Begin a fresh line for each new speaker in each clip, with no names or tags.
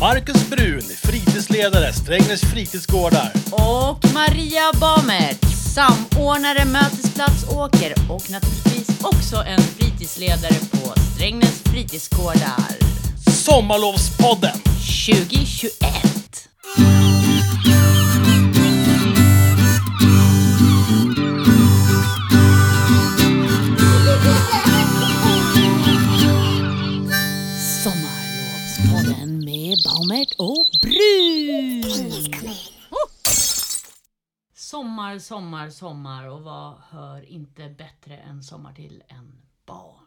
Marcus Brun, fritidsledare, Strängnäs fritidsgårdar.
Och Maria Bamert, samordnare Mötesplats Åker och naturligtvis också en fritidsledare på Strängnäs fritidsgårdar.
Sommarlovspodden!
2021! Sommarlovspodden med Baumert och Brun. Sommar, sommar, sommar och vad hör inte bättre än sommar till än barn?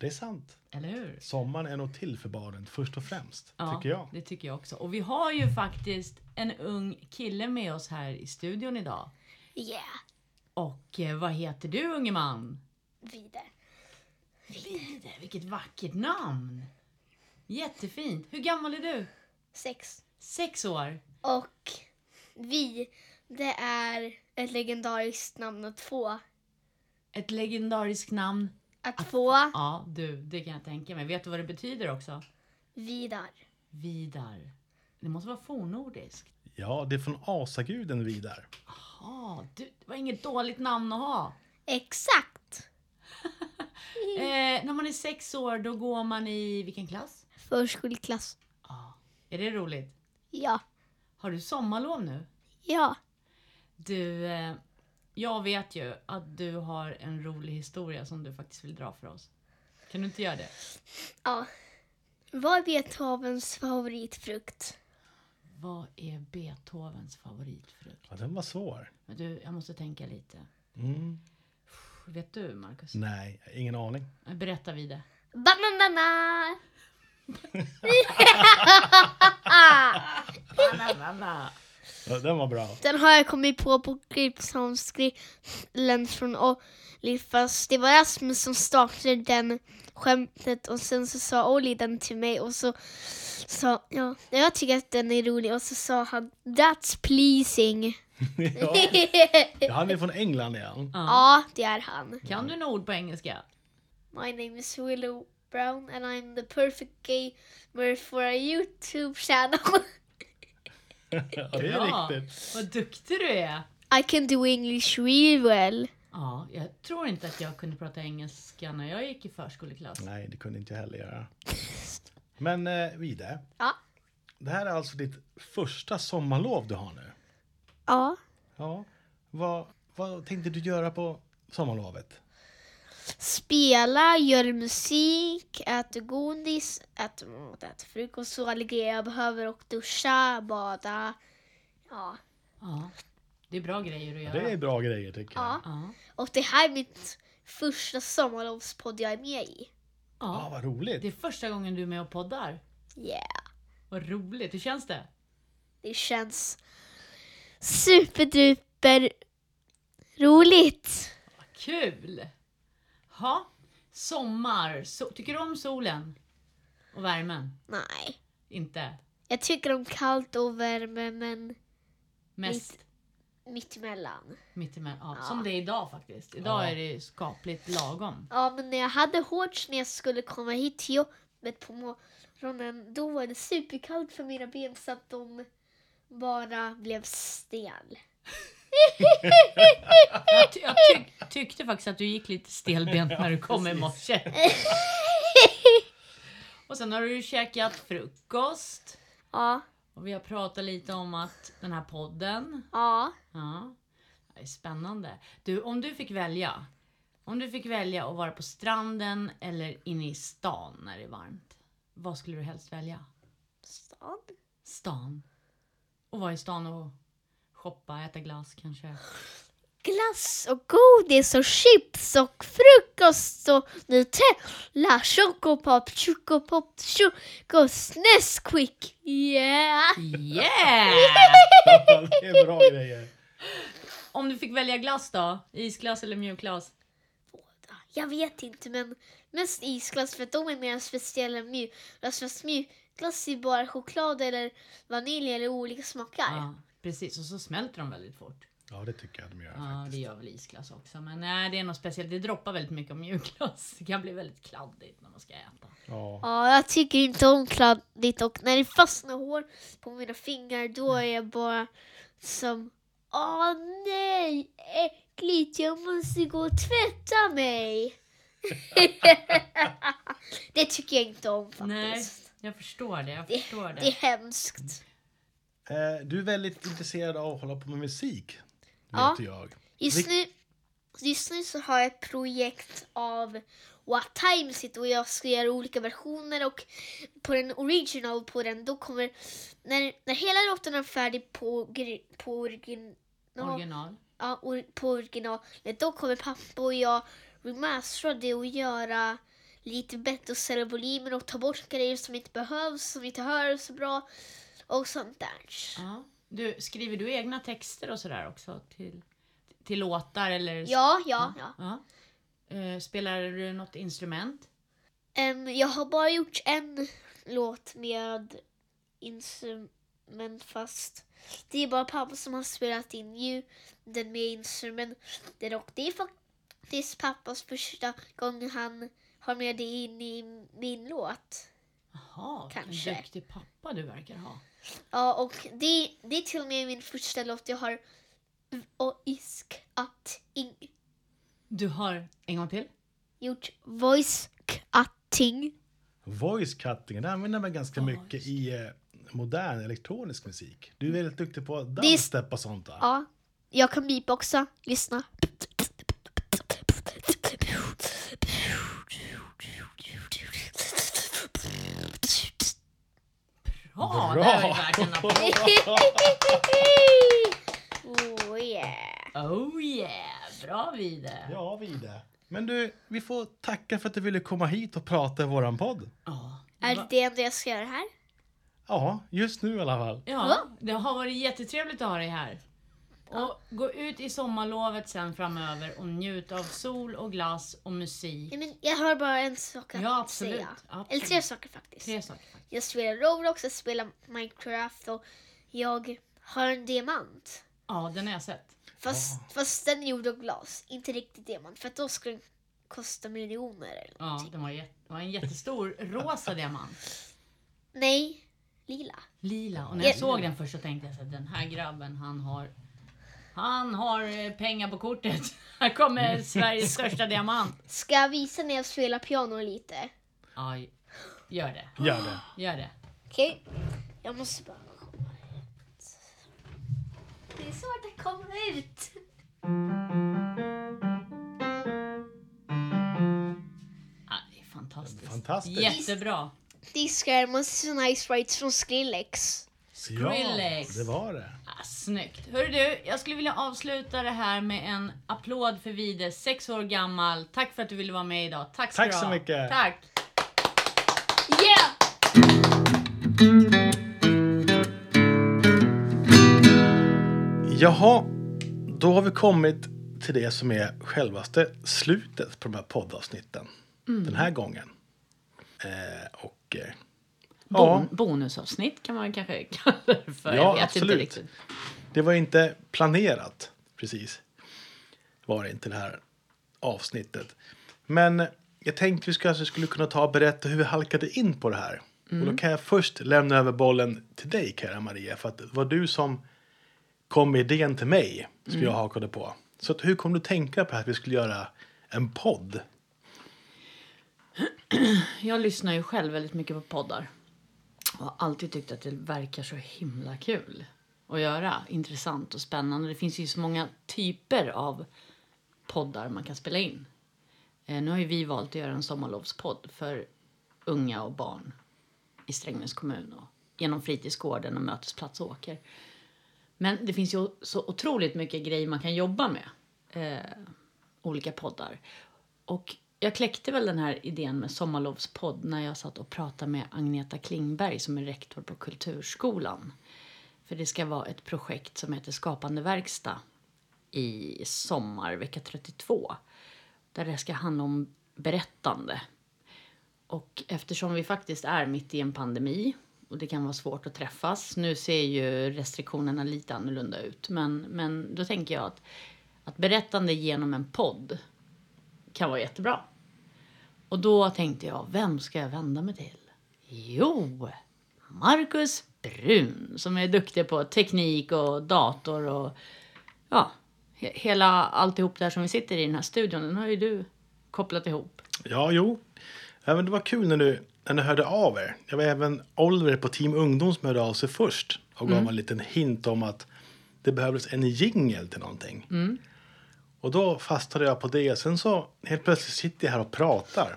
Det är sant.
Eller hur?
Sommaren är nog till för barnen först och främst, tycker jag.
det tycker jag också. Och vi har ju faktiskt en ung kille med oss här i studion idag.
Yeah.
Och eh, vad heter du unge man?
Vidare.
Vide, vilket vackert namn! Jättefint. Hur gammal är du?
Sex.
Sex år?
Och vi, det är ett legendariskt namn att få.
Ett legendariskt namn.
Att få
Ja, du, det kan jag tänka mig. Vet du vad det betyder också?
Vidar.
Vidar. Det måste vara fornnordiskt.
Ja, det är från asaguden Vidar.
Ja, du, det var inget dåligt namn att ha.
Exakt.
Eh, när man är sex år, då går man i vilken klass?
Förskoleklass.
Ja. Är det roligt?
Ja.
Har du sommarlov nu?
Ja.
Du, eh, jag vet ju att du har en rolig historia som du faktiskt vill dra för oss. Kan du inte göra det?
Ja. Vad är Beethovens favoritfrukt?
Vad är Beethovens favoritfrukt?
Ja, den var svår.
Men du, jag måste tänka lite.
Mm.
Vet du, Markus?
Nej, ingen aning.
Berätta vidare.
Bananana!
Ja, Den var bra.
Den har jag kommit på på Gripsholmsgrillen från Olli fast det var Rasmus som startade den skämtet och sen så sa Olli den till mig och så sa ja, jag tycker att den är rolig och så sa han that's pleasing.
Ja, ja, han är från England igen.
ja, det är han.
Kan du några ord på engelska?
My name is Willow Brown and I'm the perfect gamer for a YouTube channel.
Ja, det är riktigt.
Vad duktig du är!
I can do English really well.
Ja, jag tror inte att jag kunde prata engelska när jag gick i förskoleklass.
Nej, det kunde inte jag heller göra. Men eh, Vide,
Ja.
det här är alltså ditt första sommarlov du har nu.
Ja.
Ja. Vad, vad tänkte du göra på sommarlovet?
spela, gör musik, äter godis, äter mat, äter frukost, så alla grejer jag behöver och duscha, bada. Ja.
Ja. Det är bra grejer att göra.
Det är bra grejer tycker jag.
ja.
Ja.
Och det här är mitt första sommarlovspodd jag är med i.
ja.
Ah, vad roligt.
Det är första gången du är med och poddar.
Yeah.
Vad roligt. Hur känns det?
Det känns superduper roligt.
Vad kul! Ha, sommar. So- tycker du om solen? Och värmen?
Nej.
Inte?
Jag tycker om kallt och värme, men
Mest
mittemellan.
mittemellan? Ja, Som det är idag faktiskt. Idag
Ja.
är det skapligt lagom.
Ja, men när jag hade shorts när jag skulle komma hit till jobbet på morgonen, då var det superkallt för mina ben så att de bara blev stel.
Jag, ty- jag tyck- tyckte faktiskt att du gick lite stelbent när du kom i morse. Och sen har du ju käkat frukost.
Ja,
Och vi har pratat lite om att den här podden
ja,
Ja, det är spännande. Du, om du fick välja. Om du fick välja att vara på stranden eller inne i stan när det är varmt. Vad skulle du helst välja?
stan.
Stan. Och vara i stan och shoppa, äta glass kanske.
Glass och godis och chips och frukost och Nutella, chokopop, chokopop, chokos, Nesquik. Yeah!
Yeah!
det är bra grejer.
Om du fick välja glass då? Isglass eller mjukglass?
Jag vet inte, men mest isglass för att de är mer speciella än mjukglass. Fast mjukglass är bara choklad eller vanilj eller olika smaker.
Ja, precis. Och så smälter de väldigt fort.
Ja, det tycker jag de gör
Ja, det
faktiskt.
gör väl isglass också. Men nej, det är något speciellt. Det droppar väldigt mycket om mjukglass. Det kan bli väldigt kladdigt när man ska äta.
Ja.
Ja, jag tycker inte om kladdigt och när det fastnar hår på mina fingrar då är jag bara som Åh nej, äckligt, jag måste gå och tvätta mig. det tycker jag inte om faktiskt.
Nej, jag förstår det. Jag förstår
Det är
det.
hemskt.
Eh, du är väldigt intresserad av att hålla på med musik. Vet
Ja.
jag.
Just
Vil-
nu, just nu så har jag ett projekt av What Time Is It och jag ska göra olika versioner och på den original på den då kommer när, när hela låten är färdig på, gri- på original
Original.
ja, or, på originalet då kommer pappa och jag remastera det och göra lite bättre och sälja volymer och ta bort grejer som inte behövs, som inte hör så bra och sånt där.
Ja. Du, skriver du egna texter och sådär också till, till låtar eller?
Ja, ja, ja.
Ja. Eh, spelar du något instrument?
Em, jag har bara gjort en låt med instrument fast det är bara pappa som har spelat in ju den med instrumenter och det är faktiskt pappas första gång han har med det in i min låt.
Jaha,
Kanske.
vilken duktig pappa du verkar ha.
Ja, och det, det är till och med min första låt jag har voice cutting.
Du har, en gång till?
Gjort voice cutting.
Voice cutting, det använder man ganska mycket i eh, modern elektronisk musik. Du är väldigt duktig på dubstep och sånt där.
Ja, jag kan bipa också. Lyssna. Oh,
Ja,
Bra!
det var ju värt en applåd.
oh yeah.
Oh yeah, bra Vide.
Ja, Vide. Men du, vi får tacka för att du ville komma hit och prata i våran podd.
Ja,
Är det det enda jag ska göra här?
Ja, just nu i alla fall.
Ja, det har varit jättetrevligt att ha dig här. Och gå ut i sommarlovet sen framöver och njut av sol och glass och musik.
Nej, men jag har bara en sak att
Ja, absolut.
säga. Eller
Absolut.
tre saker faktiskt.
Tre saker faktiskt.
Jag spelar Roblox, jag spelar Minecraft och jag har en diamant.
Ja, den har jag sett.
Fast, fast den är gjord av glas, inte riktigt diamant. För att då skulle den kosta miljoner eller
Ja, den var, jätte, var en jättestor rosa diamant.
Nej, lila.
Lila. Och när jag
Ja.
såg den först så tänkte jag så att den här grabben, han har han har eh, pengar på kortet. Här kommer Sveriges största diamant.
Ska jag visa när jag spelar piano lite?
Ja, gör det.
Gör det.
Gör det.
Okej. Jag måste bara komma ut. Det är svårt att komma ut.
Ja, det är fantastiskt.
Fantastiskt.
Jättebra.
Diskar såna Nice Rights från Skrillex.
Skrillex.
Ja, det var det.
Ah, snyggt. Hörru du, jag skulle vilja avsluta det här med en applåd för Vide, sex år gammal. Tack för att du ville vara med idag. Tack, ska
Tack
du
så
ha.
mycket.
Tack.
Yeah!
Jaha, då har vi kommit till det som är självaste slutet på de här poddavsnitten. Den här gången. Eh, och... Eh, ja,
Bon- bonusavsnitt kan man kanske kalla det för.
Ja,
jag vet
absolut.
inte riktigt.
det var inte planerat precis. Var det inte det här avsnittet. Men jag tänkte vi kanske skulle kunna ta och berätta hur vi halkade in på det här. Och då kan jag först lämna över bollen till dig, kära Maria. För att det var du som kom med idén till mig som jag hakade på. Så att hur kom du tänka på att vi skulle göra en podd?
Jag lyssnar ju själv väldigt mycket på poddar. Och har alltid tyckt att det verkar så himla kul att göra. Intressant och spännande. Det finns ju så många typer av poddar man kan spela in. Eh, nu har ju vi valt att göra en sommarlovspodd för unga och barn i Strängnäs kommun och genom fritidsgården och Mötesplats Åker. Men det finns ju så otroligt mycket grejer man kan jobba med. Eh, olika poddar. Och jag kläckte väl den här idén med sommarlovspodd när jag satt och pratade med Agneta Klingberg som är rektor på Kulturskolan. För det ska vara ett projekt som heter Skapande verkstad i sommar, vecka 32. Där det ska handla om berättande. Och eftersom vi faktiskt är mitt i en pandemi och det kan vara svårt att träffas. Nu ser ju restriktionerna lite annorlunda ut. Men, men då tänker jag att, att berättande genom en podd kan vara jättebra. Och då tänkte jag, vem ska jag vända mig till? Jo, Marcus Brun som är duktig på teknik och dator och ja, he- hela alltihop där som vi sitter i den här studion. Den har ju du kopplat ihop.
Ja, jo. Ja, men det var kul när du, när du hörde av er. Det var även Oliver på Team Ungdom som hörde av sig först och gav en liten hint om att det behövdes en jingel till någonting. Och då fastnade jag på det. Sen så helt plötsligt sitter jag här och pratar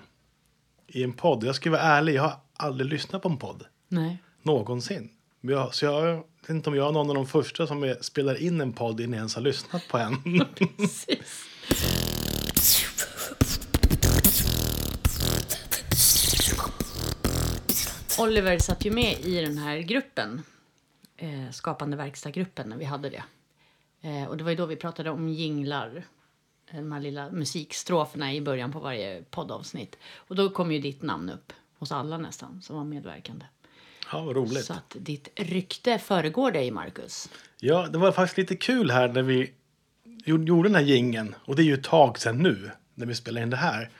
i en podd. Jag ska vara ärlig, jag har aldrig lyssnat på en podd
Nej.
någonsin. Men Jag, så jag vet inte om jag är någon av de första som är, spelar in en podd innan jag ens har lyssnat på en.
Precis. Oliver satt ju med i den här gruppen, eh, Skapande verkstadgruppen, när vi hade det. Eh, och det var ju då vi pratade om jinglar, eh, de här lilla musikstroferna i början på varje poddavsnitt. Och då kom ju ditt namn upp hos alla nästan som var medverkande.
Ja, vad roligt.
Så att ditt rykte föregår dig, Marcus.
Ja, det var faktiskt lite kul här när vi gjorde gjorde den här gingen. Och det är ju ett tag sedan nu, när vi spelade in det här.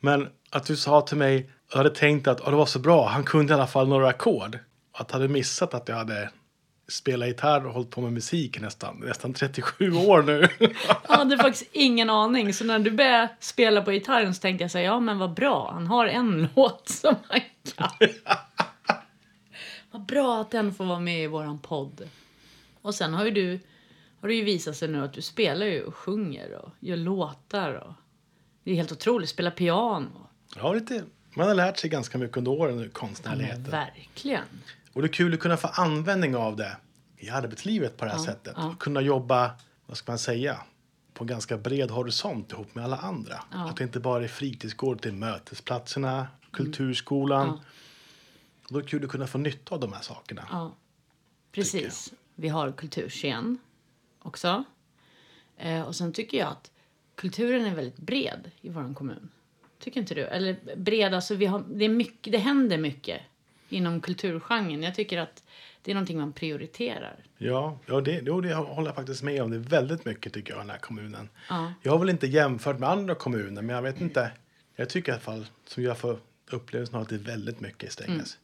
Men att du sa till mig, jag hade tänkt att "Ja, det var så bra, han kunde i alla fall några ackord. Att jag hade missat att jag hade spelat gitarr och hållit på med musik nästan, nästan 37 år nu.
Jag hade faktiskt ingen aning. Så när du började spela på gitarren så tänkte jag så här, ja men vad bra, han har en låt som han kan. vad bra att den får vara med i våran podd. Och sen har ju du, har det ju visat sig nu att du spelar ju och sjunger och gör låtar och det är helt otroligt, spelar piano.
ja, lite, man har lärt sig ganska mycket under åren, nu,
Ja, men
konstnärligheten.
verkligen.
Och det är kul att kunna få användning av det i arbetslivet på det här
Ja,
sättet.
ja.
Och kunna jobba, vad ska man säga, på en ganska bred horisont ihop med alla andra.
Ja. Mm.
Att det inte bara är fritidsgård till mötesplatserna, kulturskolan.
Ja.
Och då är det kul att kunna få nytta av de här sakerna.
Ja, precis. Vi har kulturscen också. Eh, och sen tycker jag att kulturen är väldigt bred i vår kommun. Tycker inte du? Eller bred, alltså vi har, det, är mycket, det händer mycket inom kulturgenren. Jag tycker att det är någonting man prioriterar.
Ja, ja det, jo, det håller jag faktiskt med om. Det är väldigt mycket tycker jag i den här kommunen.
Ja.
Jag har väl inte jämfört med andra kommuner, men jag vet inte. Jag tycker i alla fall, som jag får upplevelsen av, att det är väldigt mycket i Strängnäs.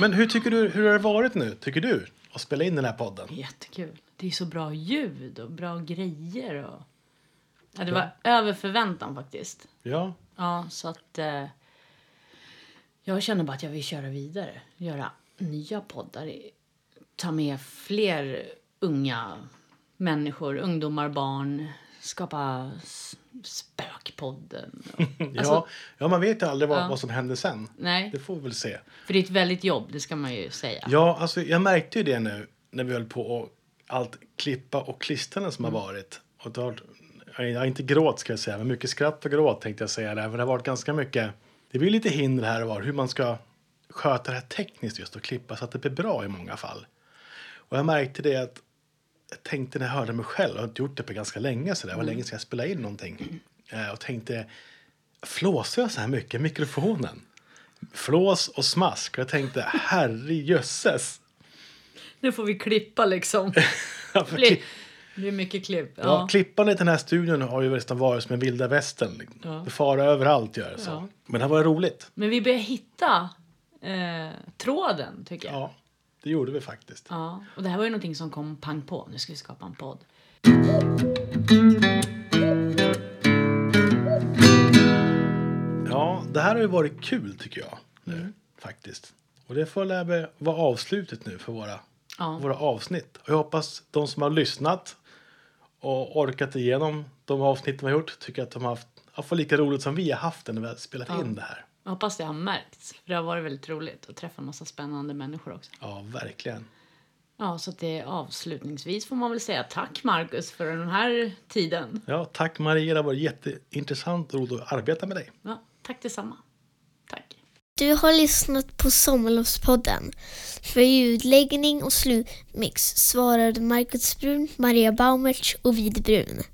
Men hur tycker du, hur har det varit nu, tycker du, att spela in den här podden?
Jättekul. Det är så bra ljud och bra grejer. Och... Ja, det var över förväntan faktiskt.
Ja,
Ja, så att... Eh, jag känner bara att jag vill köra vidare. Göra nya poddar. i- Ta med fler unga människor, ungdomar, barn. Skapa s- Spökpodden.
ja,
Alltså-
ja man vet ju aldrig vad,
Ja.
vad som händer sen.
Nej,
Det får vi väl se.
för det är ett väldigt jobb, det ska man ju säga.
Ja, alltså jag märkte ju det nu när vi höll på och allt klippa och klistrande som har varit. Och det har varit, ja, inte gråt ska jag säga, men mycket skratt och gråt tänkte jag säga där. Men det har varit ganska mycket, det blir lite hinder här och var hur man ska sköta det här tekniskt just och klippa så att det blir bra i många fall. Och jag märkte det att jag tänkte när jag hörde mig själv, jag har inte gjort det på ganska länge så det var länge sedan jag spelade in någonting. Eh, Och tänkte, flåsar jag så här mycket i mikrofonen? Flås och smask. Och jag tänkte, herrejösses.
Nu får vi klippa liksom. Det blir,
Ja,
det blir mycket klipp.
ja.
Ja.
Klippandet i den här studion har ju nästan varit som en vilda västern. liksom.
Ja.
Det fara överallt gör det så.
Ja.
Men det här var roligt.
Men vi börjar hitta eh, tråden, tycker jag.
Ja, det gjorde vi faktiskt.
Ja, och det här var ju någonting som kom pang på. Nu ska vi skapa en podd.
Ja, det här har ju varit kul tycker jag. Nu,
Mm.
Faktiskt. Och det får lär väl vara avslutet nu för våra,
Ja.
våra avsnitt. Och jag hoppas de som har lyssnat och orkat igenom de avsnitt de har gjort tycker att de har haft, har fått lika roligt som vi har haft det när vi har spelat in det här.
Jag hoppas det har märkts. För det har varit väldigt roligt att träffa en massa spännande människor också.
Ja, verkligen.
Ja, så att det är avslutningsvis får man väl säga tack Marcus för den här tiden.
Ja, tack Maria, det har varit jätteintressant och roligt att arbeta med dig.
Ja, tack detsamma. Tack.
Du har lyssnat på Sommarlovspodden. För ljudläggning och slutmix svarade Marcus Brun, Maria Baumertz och Vid Brun.